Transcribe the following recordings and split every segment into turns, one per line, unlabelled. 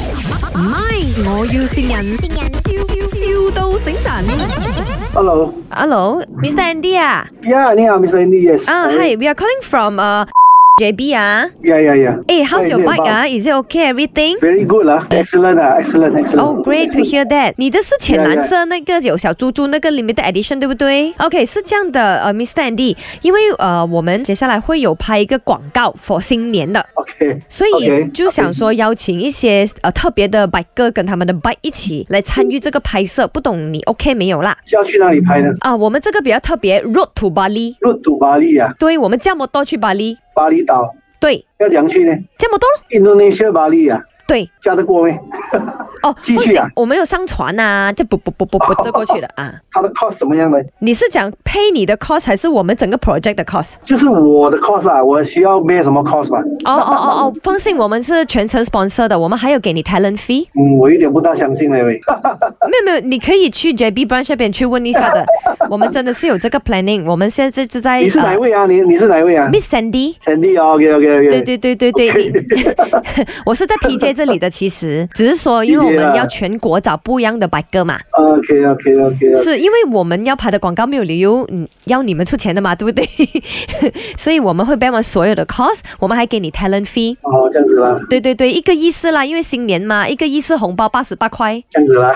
唔係，我要善人，笑笑到醒神。
Hello.
Hello，Mr. Andy 啊，
Yeah, 你好，Mr. Andy. Yes.
啊、h i w e are calling from 呃 JB 啊，
Yeah, yeah, yeah.
诶，How's your
What is it
bike
about?
啊？Is it okay everything？
Very good 啦，excellent 啊，excellent, excellent.
Oh, great to
excellent.
hear that！你的是浅
Yeah,
蓝色那个有小猪猪那个 limited edition 对不对？OK，是这样的，呃，Mr. Andy，因为呃我们接下来会有拍一个广告 for 新年的，
OK.
所以
OK，
就想说邀请一些呃特别的 biker 跟他们的 bike 一起来参与这个拍摄，不懂你 OK 没有啦？
是要去哪里拍呢
啊、我们这个比较特别，Road to Bali，
？Road to Bali 啊，
对我们这么多去巴黎，
巴厘岛
对，
要怎样去呢
这么多咯，
？Indonesia 巴厘啊，
对，
加得过没？
哦，
继
不
续
行
啊，
我们有上船呐、这不不不不不这过去了啊。
它的 cost 怎么样呢？
你是讲 pay 你的 cost 还是我们整个 project 的 cost？
就是我的 cost 啊，我需要 bear 什么 cost 嘛？
哦哦哦哦，放心，我们是全程 sponsor 的，我们还有给你 talent fee。
嗯，我有点不大相信了 喂。
没有没有，你可以去 JB branch 那边去问一 下的，我们真的是有这个 planning，我们现在就在呃
你是哪一位啊？你你是哪一位啊
哎 Miss Sandy。
？Sandy 啊，OK OK OK。
对对对对对，你 我是在 PJ 这里的，其实只是说，因为
PJ
我们
啊
要全国找不一样的白哥嘛，
OK OK OK。
是因为我们要拍的广告没有理由嗯要你们出钱的嘛，对不对？ 所以我们会 bear 完所有的 cost，我们还给你 talent fee。
哦，这样子啦，
对对对，一个意思啦，因为新年嘛，一个意思红包八十八块，
这样子啦。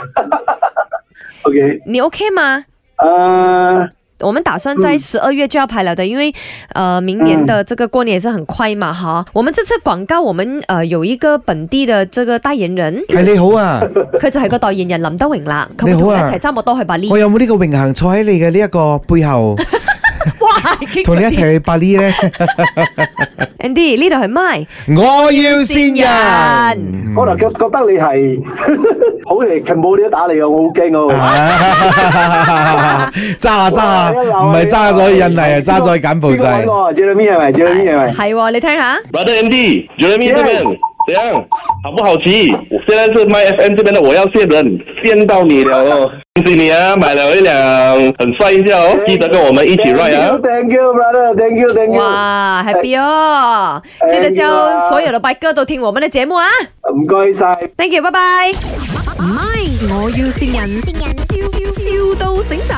OK，
你 OK 吗？
呃，
我们打算在
嗯
十二月就要拍了的，因为呃，明年的这个过年也是很快嘛哈。我们这次广告，我们呃有一个本地的这个代言人，
系你好啊！
佢就係個代言人林德榮啦，佢會
你好
同我
啊
一齊揸摩多去巴黎
我。有冇呢個榮幸坐喺你嘅呢一個背後，
哇，已經
同你一齊去巴黎呢？
Andy 呢度係 My，
我
要
要
先人
先人。
可能覺覺得你 係好嚟 c a m b o d 打你啊，我好驚啊！
揸下揸下，唔係揸咗去印尼啊，揸咗去柬埔寨。
Jeremy 係咪？Jeremy 係咪？
係喎，你聽下。
Brother Andy、Jeremy
Yes
这边怎样？好不好奇？我现在是 My FM 这边的，我要见人，见到你了哦！恭喜你啊，买了一辆，很帅一下哦，记得跟我们一起 ride 啊！
Thank you, brother. Thank you, thank you.
哇，happy 哦！
哎
记得叫所有的白哥都听我们的节目啊
唔該晒。
，thank you，拜拜。
唔係，我要善人，笑笑到醒神。